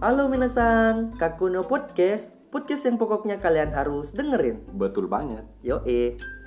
Halo minasang, Kakuno Podcast, podcast yang pokoknya kalian harus dengerin. Betul banget. Yo eh.